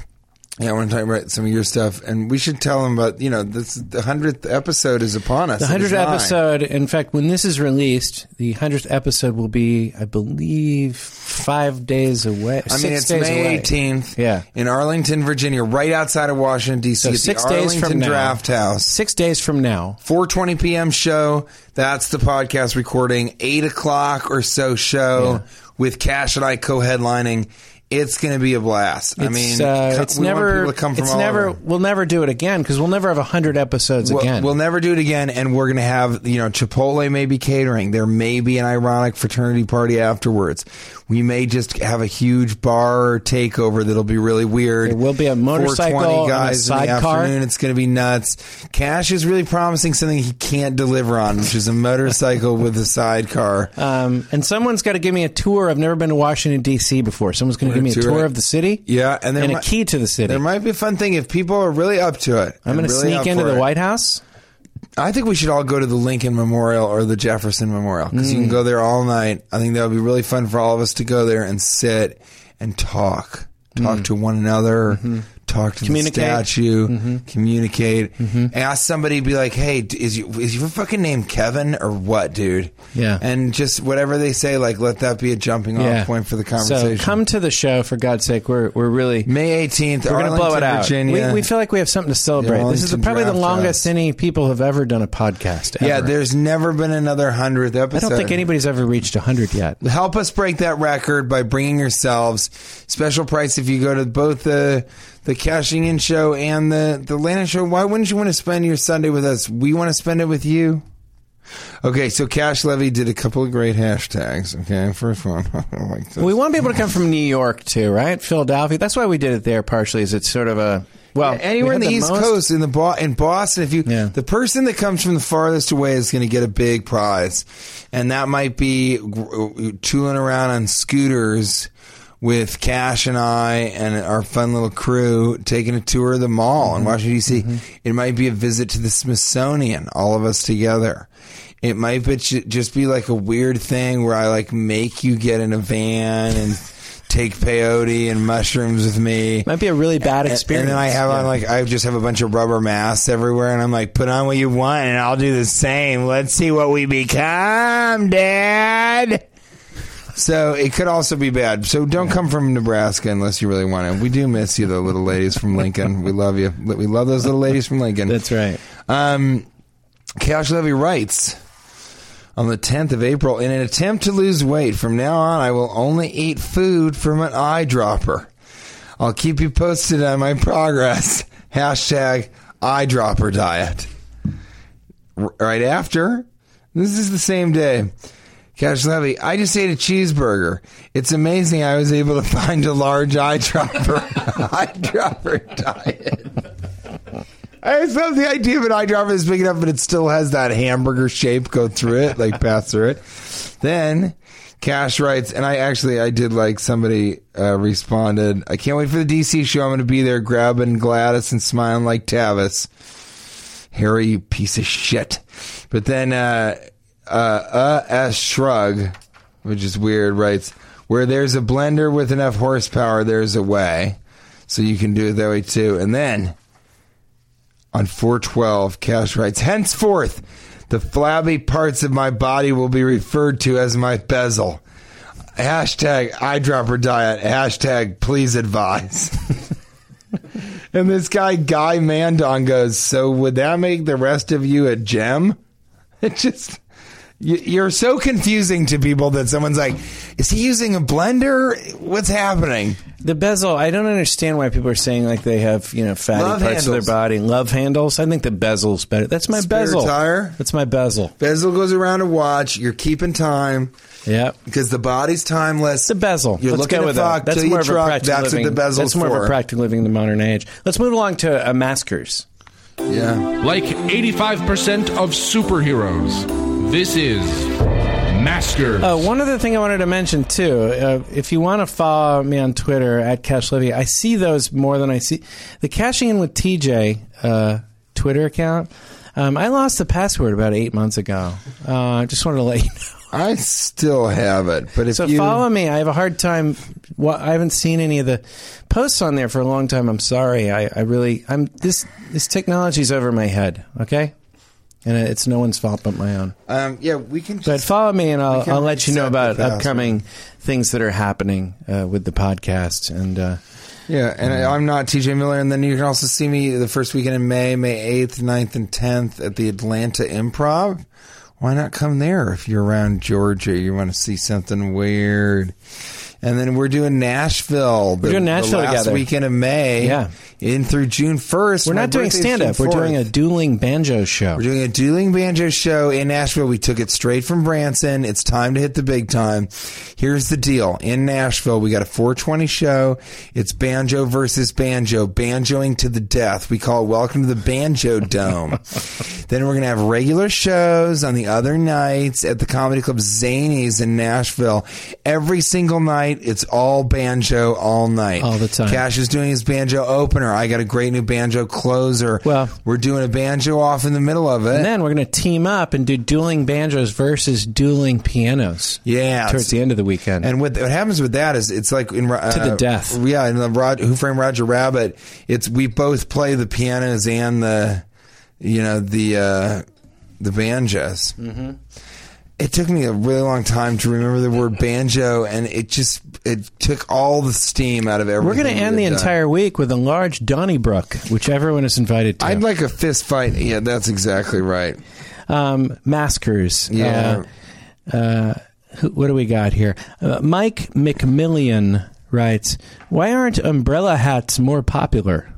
yeah, I want to talk about some of your stuff, and we should tell them about you know this. The hundredth episode is upon us. the It is 100th nigh. episode, in fact, when this is released, the 100th episode will be, I believe, five days away. I mean, six it's days May away. 18th. Yeah. In Arlington, Virginia, right outside of Washington, D.C. So at six the days Arlington from now. Draft House. Six days from now. 4.20 p.m. show. That's the podcast recording. 8 o'clock or so show with Cash and I co-headlining. It's going to be a blast. I mean, It's, uh, co- it's we want never. people to come from it's all never. over. We'll never do it again because we'll never have hundred episodes We'll- again. We'll never do it again, and we're going to have you know Chipotle may be catering. There may be an ironic fraternity party afterwards. We may just have a huge bar takeover that'll be really weird. There will be a motorcycle 420 and a guys in the sidecar. afternoon. It's going to be nuts. Cash is really promising something he can't deliver on, which is a motorcycle with a sidecar. Um, and someone's got to give me a tour. I've never been to Washington D.C. before. Someone's going to give me a tour tour it. of the city. Yeah, and there and a might- key to the city. There might be a fun thing if people are really up to it. I'm going to and really sneak up into for the it. White House. I think we should all go to the Lincoln Memorial or the Jefferson Memorial because you can Mm. go there all night. I think that would be really fun for all of us to go there and sit and talk, talk to one another, talk to the Mm. Mm-hmm. Communicate. Mm-hmm. statue, communicate, ask somebody, be like, "Hey, d- is you, is your fucking name Kevin or what, dude?" Yeah. and just whatever they say, like let that be a jumping Yeah. off point for the conversation. So come to the show for God's sake. We're we're really May eighteenth, we're going to blow it out. Virginia. We, we feel like we have something to celebrate. Yeah, this is the, Arlington probably the draft longest house. any people have ever done a podcast. Ever. yeah, there's never been another hundredth I episode. don't think anybody's ever reached hundred yet. help us break that record by bringing yourselves special price if you go to both the the cashing in show and the the Lana show why wouldn't you want to spend your sunday with us we want to spend it with you okay so cash levy did a couple of great hashtags okay first one I like this. We want people to come from New York too, right? Philadelphia. That's why we did it there. Partially, is it's sort of a well anywhere we in had the, east most- coast in the Bo- in boston if you Yeah. the person that comes from the farthest away is going to get a big prize and that might be gr- tooling around on scooters with Cash and I and our fun little crew taking a tour of the mall Mm-hmm. in Washington D.C. It might be a visit to the Smithsonian, all of us together. It might be ju- just be like a weird thing where I like make you get in a van and take peyote and mushrooms with me. Might be a really bad And- And experience. then I have Yeah. on like I just have a bunch of rubber masks everywhere, and I'm like, put on what you want, and I'll do the same. Let's see what we become, Dad. So it could also be bad. So don't come from Nebraska unless you really want to. We do miss you, though, little ladies from Lincoln. We love you. We love those little ladies from Lincoln. That's right. Um, Cash Levy writes on the 10th of April In an attempt to lose weight, from now on, I will only eat food from an eyedropper. I'll keep you posted on my progress. Hashtag eyedropper diet. R- right after, this is the same day. Cash Levy, I just ate a cheeseburger. It's amazing I was able to find a large eyedropper. eyedropper diet. I just love the idea of an eyedropper that's big enough, but it still has that hamburger shape go through it, like pass through it. Then Cash writes, and I actually I did like somebody uh, responded. I can't wait for the DC show. I'm going to be there, grabbing Gladys and smiling like Tavis. Harry, you piece of shit. But then uh, uh, uh S Shrug, which is weird, writes, Where there's a blender with enough horsepower, there's a way. So you can do it that way too. And then on 412, Cash writes, Henceforth, the flabby parts of my body will be referred to as my bezel. Hashtag eyedropper diet. Hashtag please advise. And this guy, Guy Mandon, goes, So would that make the rest of you a gem? It just. you- You're so confusing to people that someone's like, "Is he using a blender? What's happening?" The bezel, I don't understand why people are saying like they have, you know, fatty Love parts of handles. their body. Love handles. I think the bezel's better. That's my Spare bezel. tire? That's my bezel. Bezel goes around a watch. You're keeping time Yeah. because the body's timeless. It's a bezel. You're Let's looking go at with fuck that. That's till more you of a truck. practical That's what living. the bezel's That's more of for. a practical living in the modern age. Let's move along to uh, maskers. Yeah. Like 85% of superheroes, this is Maskers. Uh, one other thing I wanted to mention too, uh, if you want to follow me on Twitter at Cash Levy, I see those more than I see the cashing in with TJ uh, Twitter account. Um, I lost the password about eight months ago. Uh, I just wanted to let you know. I still have it, but if So you follow me. I have a hard time. Well, I haven't seen any of the posts on there for a long time. I'm sorry. I, I really. I'm this. This technology's over my head. Okay, and it's no one's fault but my own. um, yeah, we can. But Just, follow me, and I'll, can I'll let you know reset about the password. upcoming things that are happening uh, with the podcast. And uh, yeah, and Mm-hmm. I, I'm not TJ Miller, and then you can also see me the first weekend in May, May 8th, 9th, and 10th at the Atlanta Improv. Why not come there if you're around Georgia? You want to see something weird. And then we're doing Nashville. The, We're doing Nashville the last together. weekend of May. Yeah. in through June first. We're not doing stand up. We're doing a dueling banjo show. We're doing a dueling banjo show in Nashville. We took it straight from Branson. It's time to hit the big time. Here's the deal. In Nashville, we got a 420 show. It's banjo versus banjo, banjoing to the death. We call it Welcome to the Banjo Dome. then we're going to have regular shows on the other nights at the Comedy Club Zanies in Nashville. Every single night, it's all banjo all night. All the time. Cash is doing his banjo opener. I got a great new banjo closer. Well- we're doing a banjo off in the middle of it. and then we're going to team up and do dueling banjos versus dueling pianos. yeah, Towards the end of the weekend. And what, what happens with that is it's like in uh, To the death. Yeah, in the Rod, Who Framed Roger Rabbit, it's we both play the pianos and the you know the uh, the banjos. Mm-hmm. It took me a really long time to remember the word banjo, and it just it took all the steam out of everything. we're going to we end the had done. entire week with a large Donnybrook, which everyone is invited to. I'd like a fist fight. Yeah, that's exactly right. um, maskers. Yeah. Uh, uh, who, what do we got here? Uh, Mike McMillian writes, "Why aren't umbrella hats more popular?"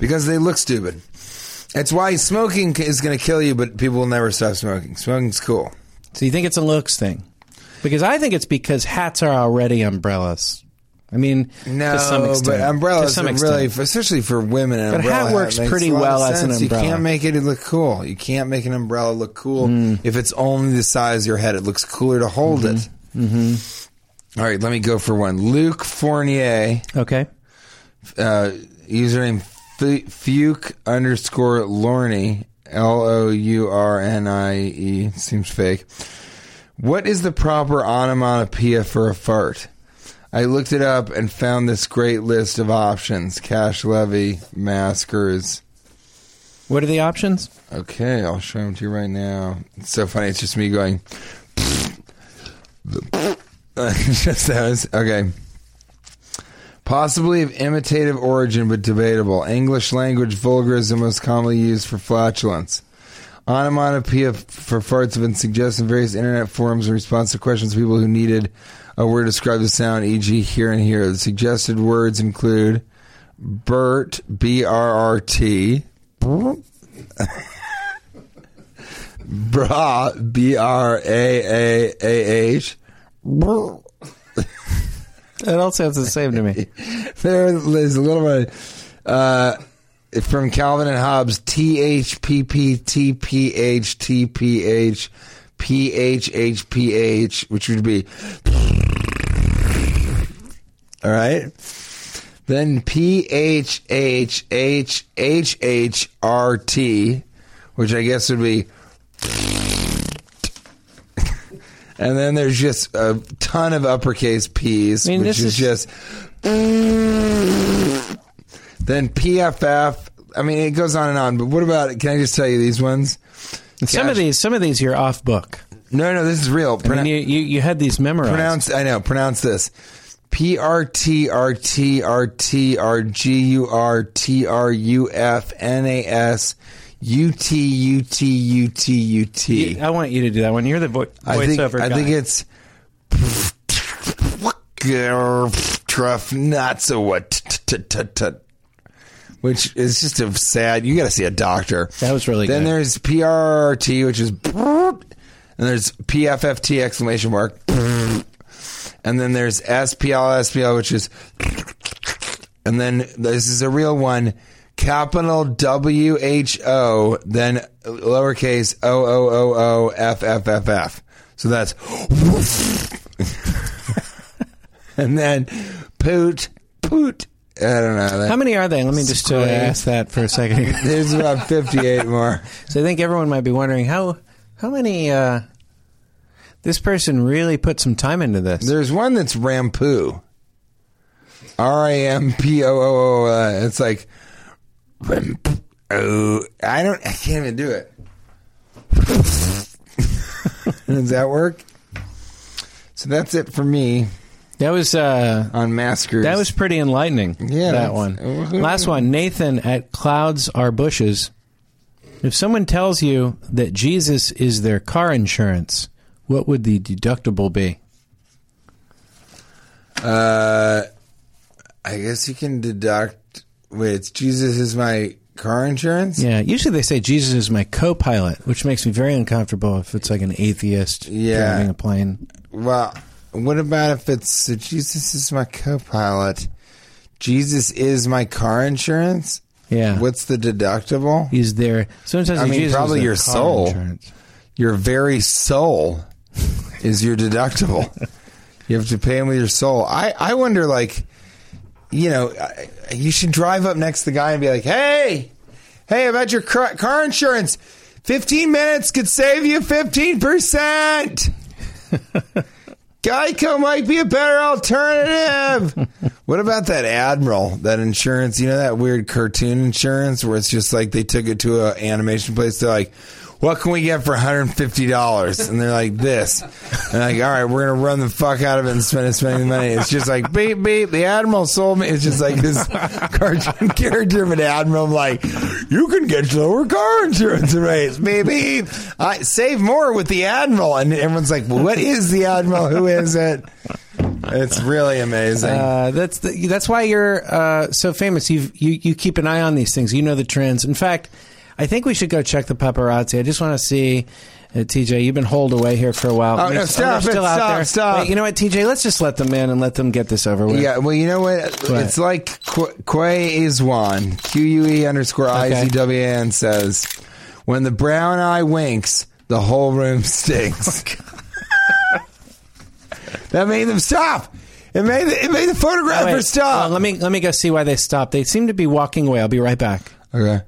because they look stupid. That's why smoking c- is going to kill you, but people will never stop smoking. Smoking's cool. So you think it's a looks thing? Because I think it's because hats are already umbrellas. I mean, No, to some extent, but umbrellas to some are extent. really, especially for women. An But hat umbrella works makes pretty a lot of well as an sense. umbrella. Mm. You can't make it look cool. You can't make an umbrella look cool if it's only the size of your head. It looks cooler to hold it. Mm-hmm. Mm-hmm. right, let me go for one. Luke Fournier, okay. uh, username Fu- Fuke underscore Lorney, L O U R N I E. Seems fake. What is the proper onomatopoeia for a fart? I looked it up and found this great list of options cash levy, maskers. What are the options? Okay, I'll show them to you right now. It's so funny. It's just me going. just those. Okay. Possibly of imitative origin, but debatable. English language vulgarism most commonly used for flatulence. Onomatopoeia f- for farts have been suggested in various internet forums in response to questions from people who needed a word to describe the sound, e.g., here and here. The suggested words include Bert, B R R T, Bra, B R A A A H. It all sounds the same to me. There is a little bit uh, from Calvin and Hobbes. T H P P T P H T P H P H H P H, which would be. All right. Then P H H H H H R T, which I guess would be. And then there's just a ton of uppercase P's, I mean, which is, this is- just. Then PFF. I mean, it goes on and on. But what about? Can I just tell you these ones? Some of Cash- these, some of these, you're off book. No, no, this is real. I mean, you, you you had these memorized. Pronounce. I know. Pronounce this. P R T R T R T R G U R T R U F N A S U T U T U T U T. You- I want you to do that one. You're the vo- voiceover I think. I guy. think it's. Truff nuts or what? Which is just a sad. You got to see a doctor. That was really Then good. there's PRRT, which is, and there's PFFT exclamation mark, and then there's SPL SPL, which is, and then this is a real one, capital W H O, then lowercase O O O O F F F F. So that's, and then poot poot. I don't know. That- How many are they? Let me just uh, Square. ask that for a second. There's about 58 more. so I think everyone might be wondering how how many uh, this person really put some time into this. There's one that's Rampoo. R A M P O O O. uh, It's like Ramp. Oh, I don't. I can't even do it. Does that work? So that's it for me that was uh, on maskers. that was pretty enlightening. Yeah, that's- that one. Last one, Nathan at Clouds Are Bushes. If someone tells you that Jesus is their car insurance, what would the deductible be? Uh, I guess you can deduct. Wait, it's Jesus is my car insurance. Yeah, usually they say Jesus is my co-pilot, which makes me very uncomfortable if it's like an atheist Yeah. driving a plane. Well, what about if it's so Jesus is my co-pilot? Jesus is my car insurance. Yeah, What's the deductible? he's there. Sometimes I mean, Jesus is probably their your car soul. insurance. Your very soul is your deductible. you have to pay him with your soul. I I wonder like, you know, I- you should drive up next to the guy and be like, hey, hey, about your car, car insurance. 15 minutes could save you 15%. Geico might be a better alternative. what about that Admiral, that insurance? You know that weird cartoon insurance where it's just like they took it to an animation place. They're like, "What can we get for one hundred and fifty dollars?" And they're like, "This." And like, all right, we're gonna run the fuck out of it and spend it, spending money. It's just like beep beep. The Admiral sold me. It's just like this cartoon character of an Admiral. like, you can get lower car insurance rates, maybe. I save more with the Admiral. And everyone's like, well, what is the Admiral? Who is it? It's really amazing. Uh, that's the, that's why you're uh, so famous. You've, you you keep an eye on these things. You know the trends. In fact, I think we should go check the paparazzi. I just want to see. Uh, TJ, you've been holed away here for a while. Oh, no, They're- stop they're it, still out stop, there. stop. Wait, you know what, TJ? Let's just let them in and let them get this over with. yeah, well, you know what? What? It's like Qu- Quay is one. Q U E underscore I Z W A N says, when the brown eye winks, the whole room stinks. that made them stop. It made the, it made the photographer Wait, stop. uh, let me let me go see why they stopped. They seem to be walking away. I'll be right back. Okay.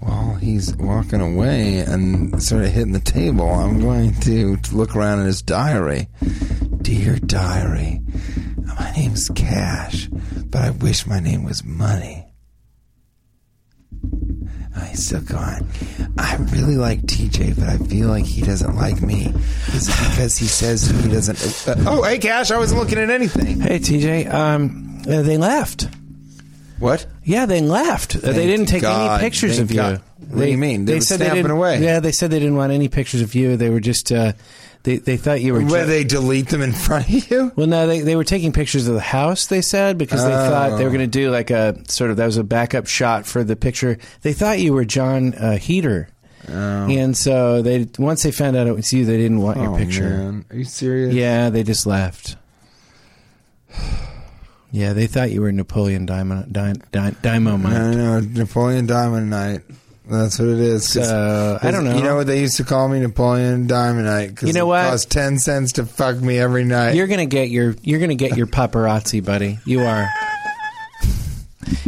While he's walking away and sort of hitting the table, I'm going to look around in his diary. Dear diary, my name's Cash, but I wish my name was Money. Oh, he's still going. I really like TJ, but I feel like he doesn't like me. Is it because he says he doesn't? Uh, oh, hey, Cash, I wasn't looking at anything. Hey, TJ. Um, uh, they left. What? Yeah, they left. Uh, they Thank didn't take God. any pictures Thank of you. God. What do you mean? They were snapping didn't, away. Yeah, they said they didn't want any pictures of you. They were just uh, they they thought you were. Where ju- they delete them in front of you? well, no, they, they were taking pictures of the house. They said because they thought they were Oh. going to do like a sort of that was a backup shot for the picture. They thought you were John uh, Heater, Oh. and so they once they found out it was you, they didn't want your picture. Oh, man. Are you serious? Yeah, they just left. Yeah, they thought you were Napoleon Diamond, Di, Di, I Dynamite. know Napoleon Diamond Night. That's what it is. 'Cause- So, Uh, I don't know. You know what they used to call me, Napoleon Diamond Night. 'cause You know it what? Cost ten cents to fuck me every night. You're gonna get your you're gonna get your paparazzi, buddy. You are.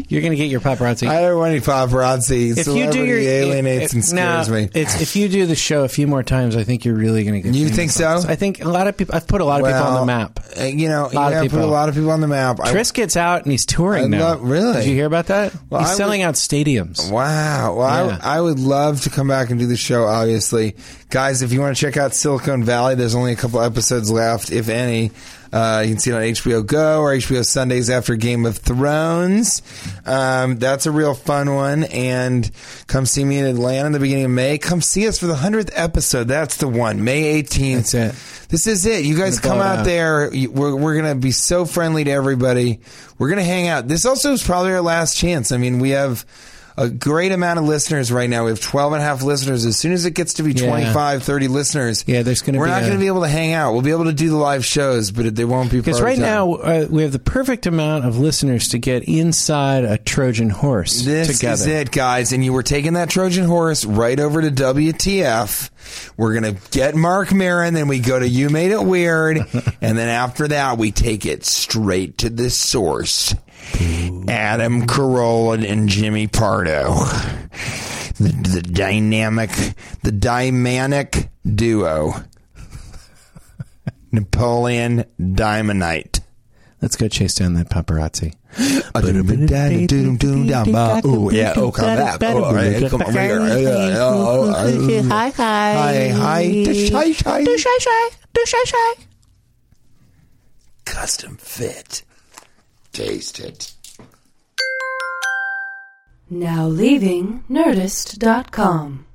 you're gonna get your paparazzi. I don't want any paparazzi. if you Celebrity do your alienates if- and scares no, me. It's, if you do the show a few more times, I think you're really gonna get. You famous. think so? I think a lot of people. I've put a lot of people on the Well, map. uh, You know, you lot of have put a people. lot of people on the map. I- Tris gets out and he's touring I now. love- really? Did you hear about that? Well, he's I selling would- out stadiums. Wow. Well, I- Yeah. I, would love to come back and do the show, obviously. Guys, if you want to check out Silicon Valley, there's only a couple episodes left, if any. Uh, you can see it on HBO Go or HBO Sundays after Game of Thrones. Um, that's a real fun one. And come see me in Atlanta in the beginning of May. Come see us for the 100th episode. That's the one, May 18th. That's it. This is it. You guys Gonna blow come it out out. there there. You- We're, we're going to be so friendly to everybody. We're going to hang out. This also is probably our last chance. I mean, we have a great amount of listeners right now. We have 12 and a half listeners. As soon as it gets to be Yeah. 25, 30 listeners, Yeah, there's gonna we're be not a- going to be able to hang out. We'll be able to do the live shows, but it, they won't be Because part right time. now uh, we have the perfect amount of listeners to get inside a Trojan horse This together. is it, guys. And you were taking that Trojan horse right over to WTF. We're going to get Mark Marin, then we go to You Made It Weird. and then after that, we take it straight to the source Adam Carolla and Jimmy Pardo. The, the dynamic, the dynamic duo. Napoleon Diamondite. Let's go chase down that paparazzi. Oh, yeah. Oh, come back. Oh, hey, come over here. Yeah, yeah, oh, oh, oh. Hi, hi. Hi, hi. Dish, hi, shy, hi. shy. Do shy, shy. Custom fit. Taste it. Now leaving Nerdist.com.